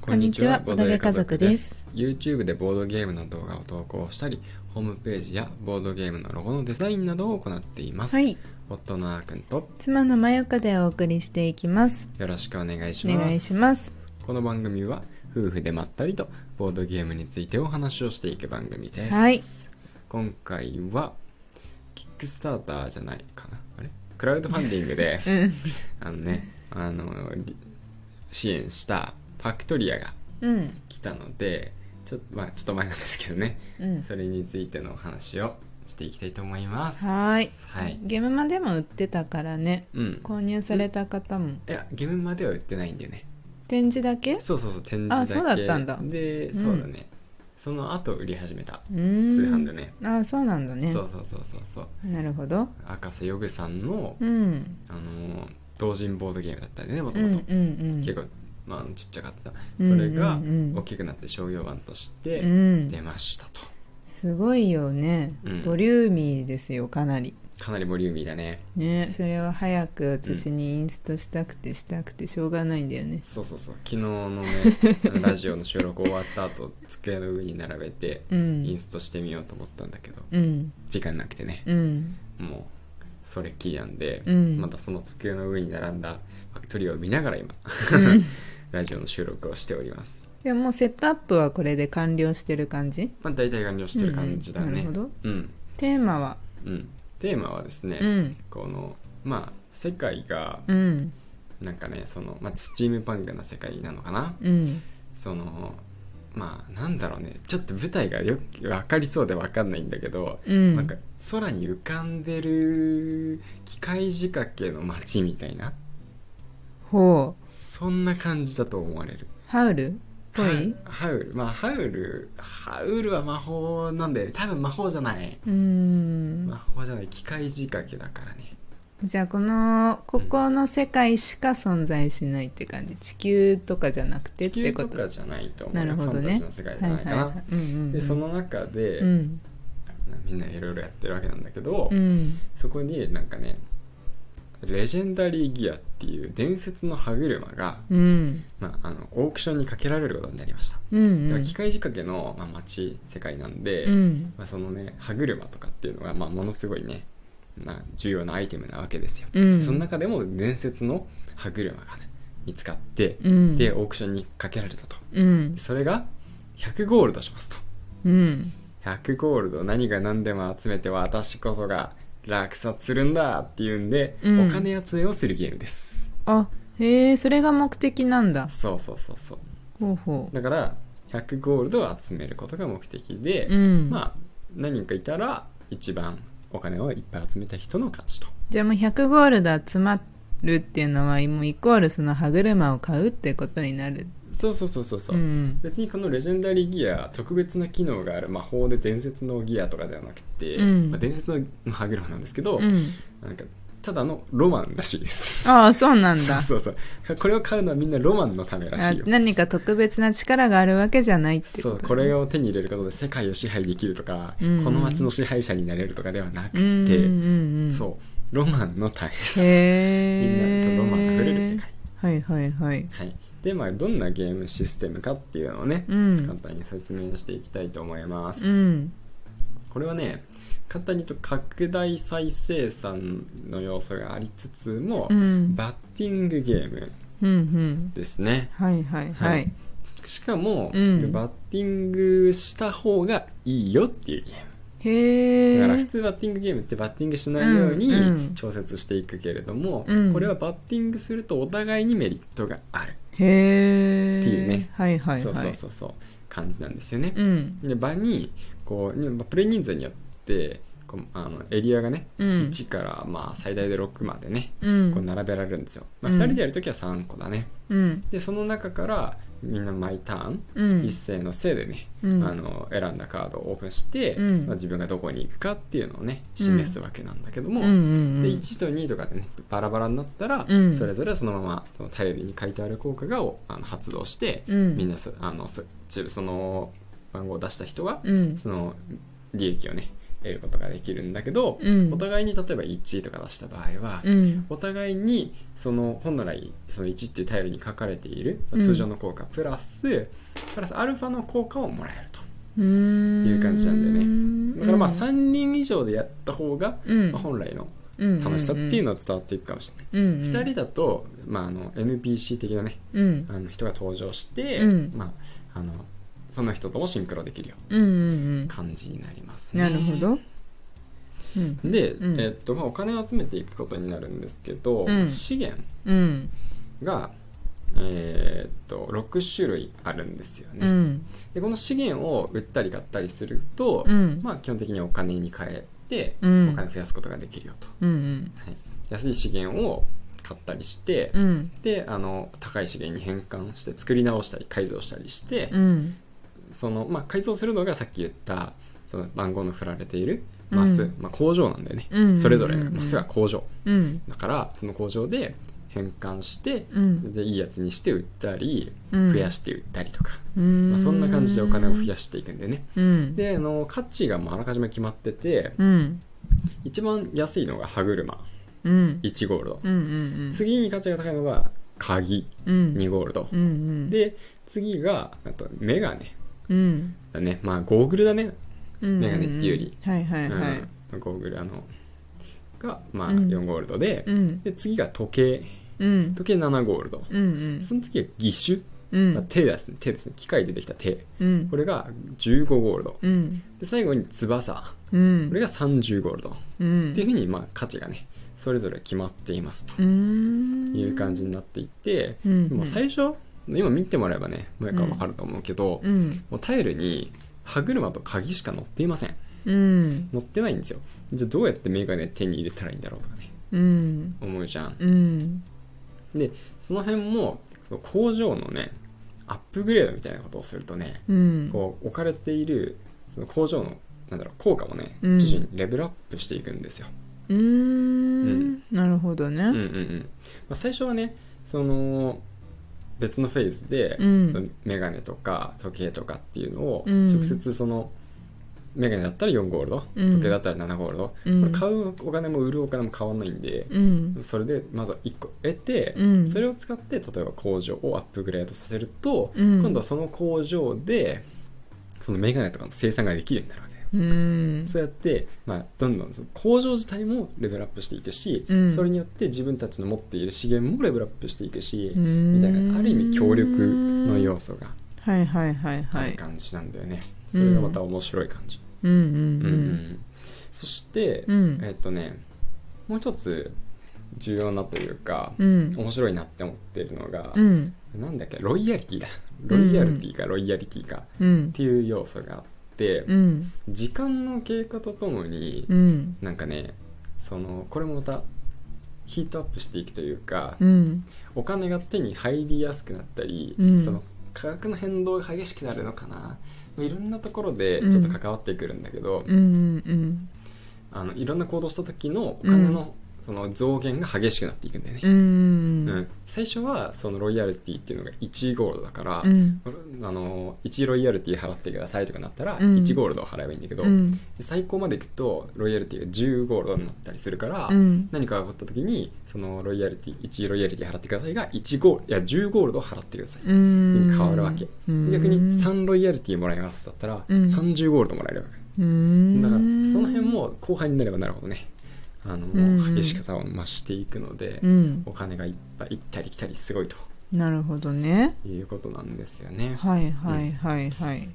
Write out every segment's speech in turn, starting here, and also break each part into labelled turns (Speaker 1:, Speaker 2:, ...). Speaker 1: こんにちは、ボドゲ家族です。
Speaker 2: YouTube でボードゲームの動画を投稿したり、ホームページやボードゲームのロゴのデザインなどを行っています。
Speaker 1: はい、
Speaker 2: 夫のあーくんと
Speaker 1: 妻のまゆかでお送りしていきます。
Speaker 2: よろしくお願いし
Speaker 1: お
Speaker 2: ます。
Speaker 1: 願いします。
Speaker 2: この番組は夫婦でまったりとボードゲームについてお話をしていく番組です。
Speaker 1: はい
Speaker 2: 今回は、キックスターターじゃないかな。あれクラウドファンディングで、
Speaker 1: うん、
Speaker 2: あのね、あの、り支援したファクトリアが
Speaker 1: うん、
Speaker 2: 来たので、ちょ,、まあ、ちょっと前なんですけどね、
Speaker 1: うん。は
Speaker 2: それについてのお話をしていきたいと思います。
Speaker 1: ーい。
Speaker 2: はい。
Speaker 1: ゲームマでも売ってたからね。
Speaker 2: うん。
Speaker 1: 購入された方も。
Speaker 2: いや、ゲームまでは売ってないんだよね。
Speaker 1: 展示だけう
Speaker 2: そうそうそう、展示だけ
Speaker 1: あそうだったんだ
Speaker 2: で、
Speaker 1: うん
Speaker 2: そうだね。その後売り始めた。
Speaker 1: ーん。
Speaker 2: 通販でね。
Speaker 1: ああ、そうなんだね
Speaker 2: そ。うそうそうそうそう。
Speaker 1: なるほど。
Speaker 2: 赤瀬ヨグさんの、
Speaker 1: うん。
Speaker 2: あのー、同人ボードゲームだったんだよね、も
Speaker 1: う
Speaker 2: と
Speaker 1: ん、う
Speaker 2: も
Speaker 1: ん
Speaker 2: と。、
Speaker 1: うん。
Speaker 2: 結構、まあ、ちっちゃかった。
Speaker 1: うん
Speaker 2: それが
Speaker 1: うんうん
Speaker 2: 大きくなって商業版とし
Speaker 1: う
Speaker 2: て出
Speaker 1: ん。
Speaker 2: ましたと。
Speaker 1: すごいよね
Speaker 2: うん。
Speaker 1: ボリューミーですよ、かなり。
Speaker 2: かなりボリューミーだね。
Speaker 1: ね、それを早く私にインストしたくてしたくてしょうがないんだよね。
Speaker 2: そうそうそう昨日の ねあのラジオの収録終わった後机の上に並べて
Speaker 1: うん。
Speaker 2: インストしてみようと思ったんだけど
Speaker 1: うん。
Speaker 2: 時間なくてね
Speaker 1: うん。
Speaker 2: もうそれっきりなんで、
Speaker 1: うん
Speaker 2: まだその机の上に並んだファクトリーを見ながら今 ラジオの収録をしております
Speaker 1: でももうセットアップはこれで完了してる感じ
Speaker 2: まあ大体完了してる感じだね
Speaker 1: うんなるほど
Speaker 2: うん
Speaker 1: テーマは
Speaker 2: うんテーマはですね、
Speaker 1: うん
Speaker 2: このまあ世界が
Speaker 1: うん
Speaker 2: なんかねその、まあ、スチームパンクな世界なのかな、
Speaker 1: うん
Speaker 2: そのまあなんだろうねちょっと舞台がよく分かりそうで分かんないんだけど、
Speaker 1: うん
Speaker 2: なんか空に浮かんでる機械仕掛けの街みたいな
Speaker 1: ほう
Speaker 2: そんな感じだと思われる
Speaker 1: ハウルっぽい
Speaker 2: ハハウルまあハウルハウルは魔法なんで多分魔法じゃないう
Speaker 1: ーん
Speaker 2: 魔法じゃない機械仕掛けだからね
Speaker 1: じゃあこのここの世界しか存在しないって感じ地球とかじゃなくてっ
Speaker 2: 地
Speaker 1: て
Speaker 2: 球
Speaker 1: ことと
Speaker 2: かじゃないと思う
Speaker 1: なるほどね
Speaker 2: ファンタジーの世界じ
Speaker 1: は
Speaker 2: ゃない
Speaker 1: いはい
Speaker 2: かな、
Speaker 1: はいうんうんうん
Speaker 2: でその中で、
Speaker 1: うん
Speaker 2: みんないろいろやってるわけなんだけど、
Speaker 1: うん
Speaker 2: そこになんかねレジェンダリーギアっていう伝説の歯車が、
Speaker 1: うん
Speaker 2: まあ、あのオークションにかけられることになりました、
Speaker 1: うん
Speaker 2: で
Speaker 1: う
Speaker 2: は
Speaker 1: ん
Speaker 2: 機械仕掛けの、まあ、街世界なんで、
Speaker 1: うん
Speaker 2: まあ、そのね歯車とかっていうのが、まあ、ものすごいねな重要なアイテムなわけですよ、
Speaker 1: うん
Speaker 2: その中でも伝説の歯車がね見つかって、
Speaker 1: うん
Speaker 2: でオークションにかけられたと
Speaker 1: うん
Speaker 2: それが100ゴールドしますと
Speaker 1: うん
Speaker 2: 100ゴールド何が何でも集めて私こそが落札するんだっていうんで、
Speaker 1: うん
Speaker 2: お金集めをするゲームです
Speaker 1: あへえそれが目的なんだ
Speaker 2: そうそうそうそう
Speaker 1: ほうほ
Speaker 2: だから100ゴールドを集めることが目的で、
Speaker 1: ううん
Speaker 2: まあ何人かいたら一番お金をいっぱい集めた人の勝ちと
Speaker 1: じゃあもう100ゴールド集まるっていうのはもうイコールその歯車を買うってことになる
Speaker 2: そうそうそうそうそう、
Speaker 1: ん、
Speaker 2: 別にこのレジェンダリーギア特別な機能がある魔法で伝説のギアとかではなくて、
Speaker 1: うん
Speaker 2: まあ、伝説の歯車なんですけど、
Speaker 1: うん、
Speaker 2: なんかただのロマンらしいです
Speaker 1: ああそうな んだ
Speaker 2: そうそうそうこれを買うのはみんなロマンのためら
Speaker 1: あ
Speaker 2: しいよ
Speaker 1: 何か特別な力があるわけじゃないって
Speaker 2: そ
Speaker 1: こと
Speaker 2: うこれを手に入れることで世界を支配できるとか、
Speaker 1: うん
Speaker 2: この街の支配者になれるとかではなく
Speaker 1: うんうん
Speaker 2: て、
Speaker 1: うんうん
Speaker 2: そうロマンの大切みんな
Speaker 1: へえ
Speaker 2: そうロマンあふれる世界
Speaker 1: はいはいはい
Speaker 2: はいでまあどんなゲームシステムかっていうのをね、
Speaker 1: うん
Speaker 2: 簡単に説明していきたいと思います、
Speaker 1: うん
Speaker 2: これはね簡単に言うと拡大再生産の要素がありつつも、
Speaker 1: うん
Speaker 2: バッティングゲーム
Speaker 1: うんうん
Speaker 2: ですね
Speaker 1: はいはいはい、
Speaker 2: はいしかも、
Speaker 1: うん
Speaker 2: バッティングした方がいいよっていうゲーム
Speaker 1: へえ
Speaker 2: だから普通バッティングゲームってバッティングしないよう
Speaker 1: う
Speaker 2: に
Speaker 1: ん
Speaker 2: 調節していくけれども、
Speaker 1: うん
Speaker 2: これはバッティングするとお互いにメリットがある、
Speaker 1: へえ
Speaker 2: っていうね
Speaker 1: はいはいはい
Speaker 2: そうそうそうそう感じなんですよね、
Speaker 1: うん
Speaker 2: で場にこうねまあプレイ人数によってこうあのエリアがね、
Speaker 1: うん
Speaker 2: 1からまあ最大で6までね
Speaker 1: う
Speaker 2: こうん並べられるんですよ、まあ、
Speaker 1: うん
Speaker 2: 2人でやるときは3個だね
Speaker 1: うん
Speaker 2: でその中からみんな毎ターン
Speaker 1: うん
Speaker 2: 一斉のせいでね、
Speaker 1: うん
Speaker 2: あの選んだカードをオープンして、
Speaker 1: うん
Speaker 2: まあ、自分がどこに行くかっていうのをね示すわけなんだけども、
Speaker 1: うんうん
Speaker 2: で1と2とかでねバラバラになったら、
Speaker 1: うん
Speaker 2: それぞれそのままその頼りに書いてある効果がをあの発動して、
Speaker 1: うん
Speaker 2: みんなそあのそその番号を出した人は、
Speaker 1: うん
Speaker 2: その利益をね得ることができるんだけど、
Speaker 1: うん
Speaker 2: お互いに例えば1とか出した場合は、
Speaker 1: うん
Speaker 2: お互いにその本来その1っていうタイルに書かれている
Speaker 1: うん
Speaker 2: 通常の効果プラス、プラスアルファの効果をもらえると
Speaker 1: うーん
Speaker 2: いう感じなんだよ
Speaker 1: ね
Speaker 2: だからまあ3人以上でやった方が、
Speaker 1: うん
Speaker 2: まあ本来の
Speaker 1: うん
Speaker 2: 楽しさっていうのは伝わっていくかもしれない、
Speaker 1: うんうん
Speaker 2: 2人だと、まあ、あの NPC 的なね
Speaker 1: うん
Speaker 2: あの人が登場して、
Speaker 1: うん
Speaker 2: まあ、あのその人ともシンクロできるよ
Speaker 1: うんうん
Speaker 2: うな感じになります
Speaker 1: うん
Speaker 2: ね
Speaker 1: なるほどうん
Speaker 2: で、
Speaker 1: うん
Speaker 2: えっとまあ、お金を集めていくことになるんですけど、
Speaker 1: うん
Speaker 2: 資源
Speaker 1: うん
Speaker 2: が、えーっと6種類あるんですよ
Speaker 1: う
Speaker 2: ね、
Speaker 1: ん
Speaker 2: でこの資源を売ったり買ったりすると、
Speaker 1: うん
Speaker 2: まあ、基本的にお金に変えて、
Speaker 1: うん
Speaker 2: お金を増やすことができるよと、
Speaker 1: うん
Speaker 2: はい、安い資源を買ったりして、
Speaker 1: うんうん
Speaker 2: であの高い資源に変換して作り直したり改造したりして、
Speaker 1: うん
Speaker 2: そのまあ、改造するのがさっき言ったその番号の振られているマス、
Speaker 1: うん
Speaker 2: まあ、工場なんだよね、
Speaker 1: うんうんうんうん
Speaker 2: それぞれのマスが工場
Speaker 1: うん
Speaker 2: だからその工場で変換して、
Speaker 1: うん
Speaker 2: でいいやつにして売ったり、
Speaker 1: うん
Speaker 2: 増やして売ったりとか、
Speaker 1: ま
Speaker 2: まあ、そんな感じでお金を増やしていくんでね
Speaker 1: うん
Speaker 2: であの価値がもうあらかじめ決まってて
Speaker 1: うん
Speaker 2: 一番安いのが歯車
Speaker 1: うん
Speaker 2: 1ゴールド
Speaker 1: うんうん
Speaker 2: 次に価値が高いのが鍵
Speaker 1: うん
Speaker 2: 2ゴールド
Speaker 1: うんうん
Speaker 2: で次があとメガネ
Speaker 1: うん
Speaker 2: だねまあゴーグルだね
Speaker 1: うん
Speaker 2: メガネっていうより
Speaker 1: はいはいはい
Speaker 2: うん、ゴーグルあのが、まあ、
Speaker 1: うん
Speaker 2: 4ゴールドで,、
Speaker 1: うん
Speaker 2: で次が時計
Speaker 1: うん
Speaker 2: 時計7ゴールド、
Speaker 1: うんうん
Speaker 2: その次は義
Speaker 1: う
Speaker 2: 手、まあ
Speaker 1: ん
Speaker 2: 手ですね手ですね機械でできた手
Speaker 1: うん
Speaker 2: これが15ゴールド
Speaker 1: うん
Speaker 2: で最後に翼
Speaker 1: うん
Speaker 2: これが30ゴールド、
Speaker 1: うん
Speaker 2: っていうふうにまあ価値がねそれぞれ決まっていますと
Speaker 1: うーん
Speaker 2: いう感じになっていて、
Speaker 1: うんうん
Speaker 2: もう最初今見てもらえばねもうやか分かると思うけど、
Speaker 1: うん
Speaker 2: もうタイルに歯車と鍵しか載っていません
Speaker 1: うん
Speaker 2: 載ってないんですよじゃあどうやってメガネ手に入れたらいいんだろうとかね
Speaker 1: うん
Speaker 2: 思うじゃん
Speaker 1: うん
Speaker 2: でその辺もその工場のねアップグレードみたいなことをするとね
Speaker 1: うん
Speaker 2: こう置かれているその工場のなんだろう効果もね
Speaker 1: うん
Speaker 2: 徐々にレベルアップしていくんですよ、
Speaker 1: うーんなるほどね
Speaker 2: うんうんうんまあ、最初はねその別のフェーズで、
Speaker 1: うん
Speaker 2: そのメガネとか時計とかっていうのを
Speaker 1: うん
Speaker 2: 直接その、メガネだったら4ゴールド、
Speaker 1: うん
Speaker 2: 時計だったら7ゴールド、
Speaker 1: うん
Speaker 2: これ買うお金も売るお金も変わんないんで、
Speaker 1: うん
Speaker 2: それでまずは1個得て、
Speaker 1: うん
Speaker 2: それを使って例えば工場をアップグレードさせると、
Speaker 1: うん
Speaker 2: 今度はその工場でそのメガネとかの生産ができるようになるわけだよ
Speaker 1: うん
Speaker 2: そうやって、まあ、どんどんその工場自体もレベルアップしていくし、
Speaker 1: うん
Speaker 2: それによって自分たちの持っている資源もレベルアップしていくし、
Speaker 1: うん
Speaker 2: みたいなある意味協力の要素が
Speaker 1: はいはいはい
Speaker 2: あ
Speaker 1: は
Speaker 2: る
Speaker 1: い
Speaker 2: 感じなんだよね、それがまた面白い感じ、
Speaker 1: うんうん
Speaker 2: う
Speaker 1: うんん
Speaker 2: そして、
Speaker 1: うん
Speaker 2: えっとねもう一つ重要なというか、
Speaker 1: うん
Speaker 2: 面白いなって思ってるのが
Speaker 1: う、ん
Speaker 2: なんだっけロイヤリティだロイヤリティかロイヤリティか
Speaker 1: うん
Speaker 2: っていう要素があって、
Speaker 1: うん
Speaker 2: 時間の経過とともに、
Speaker 1: うん
Speaker 2: なんかねそのこれもまたヒートアップしていくというか、
Speaker 1: うん
Speaker 2: お金が手に入りやすくなったり、
Speaker 1: うん
Speaker 2: その価格の変動が激しくなるのかなまあいろんなところで
Speaker 1: うん
Speaker 2: ちょっと関わってくるんだけど、
Speaker 1: うんうん
Speaker 2: あのいろんな行動した時のお金の,、その増減が激しくなっていくんだよね、
Speaker 1: うんうん
Speaker 2: うん最初はそのロイヤルティっていうのが1ゴールドだから、
Speaker 1: うん
Speaker 2: あの1ロイヤルティ払ってくださいとかなったら
Speaker 1: うん
Speaker 2: 1ゴールドを払えばいいんだけど、
Speaker 1: うん
Speaker 2: 最高までいくとロイヤルティが10ゴールドになったりするから、
Speaker 1: うん
Speaker 2: 何かが起こった時にそのロイヤルティ1ロイヤルティ払ってくださいが1ゴールいや10ゴールドを払ってください、
Speaker 1: うん
Speaker 2: に変わるわけ、
Speaker 1: うん
Speaker 2: 逆に3ロイヤルティもらいますだったら
Speaker 1: うん
Speaker 2: 30ゴールドもらえるわけ、
Speaker 1: うん
Speaker 2: だからその辺も後半になればなるほどねあの、
Speaker 1: ん
Speaker 2: 激しさを増していくので、
Speaker 1: うん
Speaker 2: お金がいっぱい行ったり来たりすごいと
Speaker 1: なるほどね
Speaker 2: いうことなんですよね、
Speaker 1: はいはいは いはい
Speaker 2: はい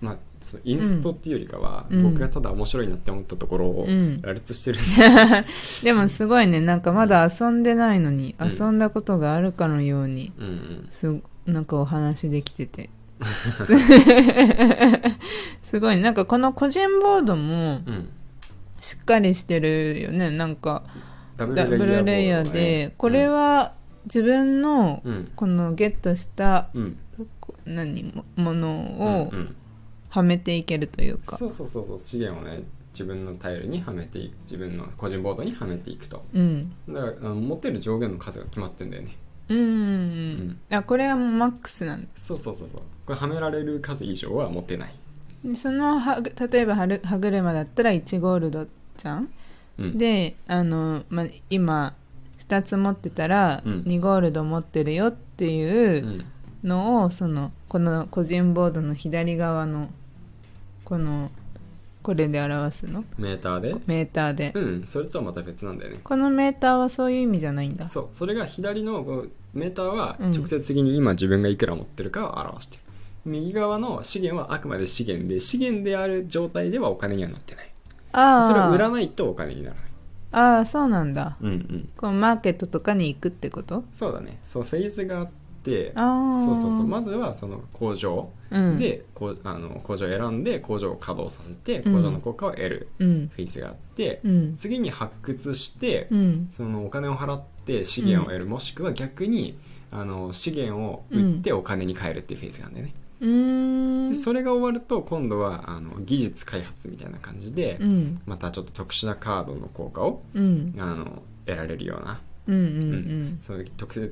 Speaker 2: まあ、そのインストっていうよりかは、
Speaker 1: うん
Speaker 2: 僕がただ面白いなって思ったところを
Speaker 1: うん
Speaker 2: 羅列してるんで、
Speaker 1: でもすごいねなんかまだ遊んでないのに、
Speaker 2: うん
Speaker 1: 遊んだことがあるかのように
Speaker 2: うんうん
Speaker 1: すなんかお話でき ててすすごいなんかこの個人ボードも
Speaker 2: うん、
Speaker 1: しっかりしてるよねなんか
Speaker 2: ダ
Speaker 1: ダブルレイヤー
Speaker 2: ボードだ
Speaker 1: で
Speaker 2: ね
Speaker 1: これは自分の
Speaker 2: うん
Speaker 1: このゲットした
Speaker 2: うん
Speaker 1: こ何もものを
Speaker 2: うんうん
Speaker 1: はめていけるというか
Speaker 2: そうそうそうそう資源をね自分のタイルにはめていく自分の個人ボードにはめていくと
Speaker 1: うん
Speaker 2: だからあの持てる上限の数が決まってんだよね
Speaker 1: うんうんうんあこれはもうマックスなんだ
Speaker 2: そうそうそうそうこれはめられる数以上は持てない
Speaker 1: でそのは例えばはる歯車だったら1ゴールドちゃん
Speaker 2: うん、
Speaker 1: であの、まあ、今2つ持ってたら
Speaker 2: うん
Speaker 1: 2ゴールド持ってるよって
Speaker 2: う、
Speaker 1: いうんのを、そのこの個人ボードの左側のこのこれで表すの
Speaker 2: メーターで
Speaker 1: メーターで、
Speaker 2: うんそれとはまた別なんだよね
Speaker 1: このメーターはそういう意味じゃないんだ
Speaker 2: そうそれが左のこうメーターは
Speaker 1: うん
Speaker 2: 直接的に今自分がいくら持ってるかを表してる、右側の資源はあくまで資源で資源である状態ではお金にはなってないそれを
Speaker 1: あ
Speaker 2: 売
Speaker 1: ー
Speaker 2: らないとお金にならない
Speaker 1: あーそうなんだ
Speaker 2: うんうん
Speaker 1: このマーケットとかに行くってこと
Speaker 2: そうだねそうフェーズがあって
Speaker 1: ああ
Speaker 2: そうそうそうまずはその工場
Speaker 1: うん、
Speaker 2: で、こうあの工場を選んで工場を稼働させて
Speaker 1: うん
Speaker 2: 工場の効果を得る
Speaker 1: うん
Speaker 2: フェーズがあって、
Speaker 1: うん
Speaker 2: 次に発掘して、
Speaker 1: うん
Speaker 2: そのお金を払って資源を得る、もしくは逆にあの資源を売ってお金に変えるっていうフェーズがあるんだよね、
Speaker 1: うーん
Speaker 2: でそれが終わると今度はあの技術開発みたいな感じで、
Speaker 1: うん
Speaker 2: またちょっと特殊なカードの効果を
Speaker 1: うん
Speaker 2: あの得られるような
Speaker 1: うんうんう
Speaker 2: うんそういう特性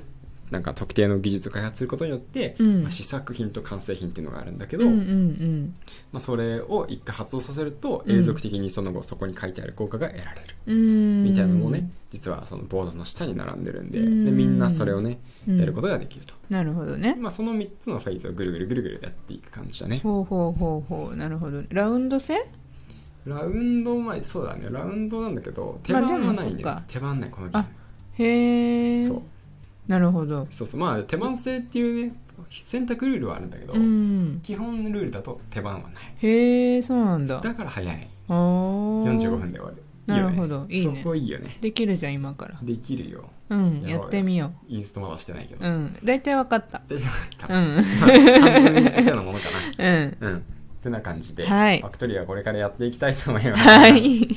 Speaker 2: なんか特定の技術を開発することによって、
Speaker 1: うん
Speaker 2: まあ試作品と完成品っていうのがあるんだけ
Speaker 1: け
Speaker 2: ど、
Speaker 1: うんうん
Speaker 2: まあ、それを一回発動させると
Speaker 1: うん
Speaker 2: 永続的にその後そこに書いてある効果が得られる
Speaker 1: うん
Speaker 2: みたいなのもね、実はそのボードの下に並んでるんで,、
Speaker 1: うん
Speaker 2: でみんなそれをね
Speaker 1: うん
Speaker 2: やることができると、
Speaker 1: なるほどね
Speaker 2: まあ、その3つのフェーズをぐるぐるぐるぐるやっていく感じだね
Speaker 1: ほうほうほうほうなるほどラウンド制
Speaker 2: ラウンド前そうだねラウンドなんだけど手番はないんだよ、
Speaker 1: まあでもそっか
Speaker 2: 手番ないこのゲーム
Speaker 1: へえ
Speaker 2: そう
Speaker 1: なるほど
Speaker 2: そうそうまあ手番制っていうね選択ルールはあるんだけど、
Speaker 1: うん
Speaker 2: 基本ルールだと手番はない
Speaker 1: へえそうなんだ
Speaker 2: だから早い
Speaker 1: あー
Speaker 2: 45分で終わる
Speaker 1: なるほど
Speaker 2: いいよ
Speaker 1: いいね
Speaker 2: そこいいよね
Speaker 1: できるじゃん今から
Speaker 2: できるよ
Speaker 1: う
Speaker 2: や
Speaker 1: ん
Speaker 2: ろうよ
Speaker 1: やってみよ
Speaker 2: インストまだしてないけど、
Speaker 1: ううん大体わかった
Speaker 2: で多
Speaker 1: う
Speaker 2: 分、
Speaker 1: ん
Speaker 2: 半分にしたようなものか
Speaker 1: うん
Speaker 2: な。うん。ってな感じで、
Speaker 1: はい
Speaker 2: ファクトリーはこれからやっていきたいと思います。
Speaker 1: はい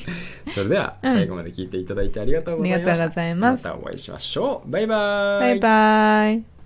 Speaker 2: それでは、
Speaker 1: うん
Speaker 2: 最後まで聞いていただいてありがとうございました。
Speaker 1: ありがとうございます
Speaker 2: またお会いしましょう。バイバーイ。
Speaker 1: バイバイ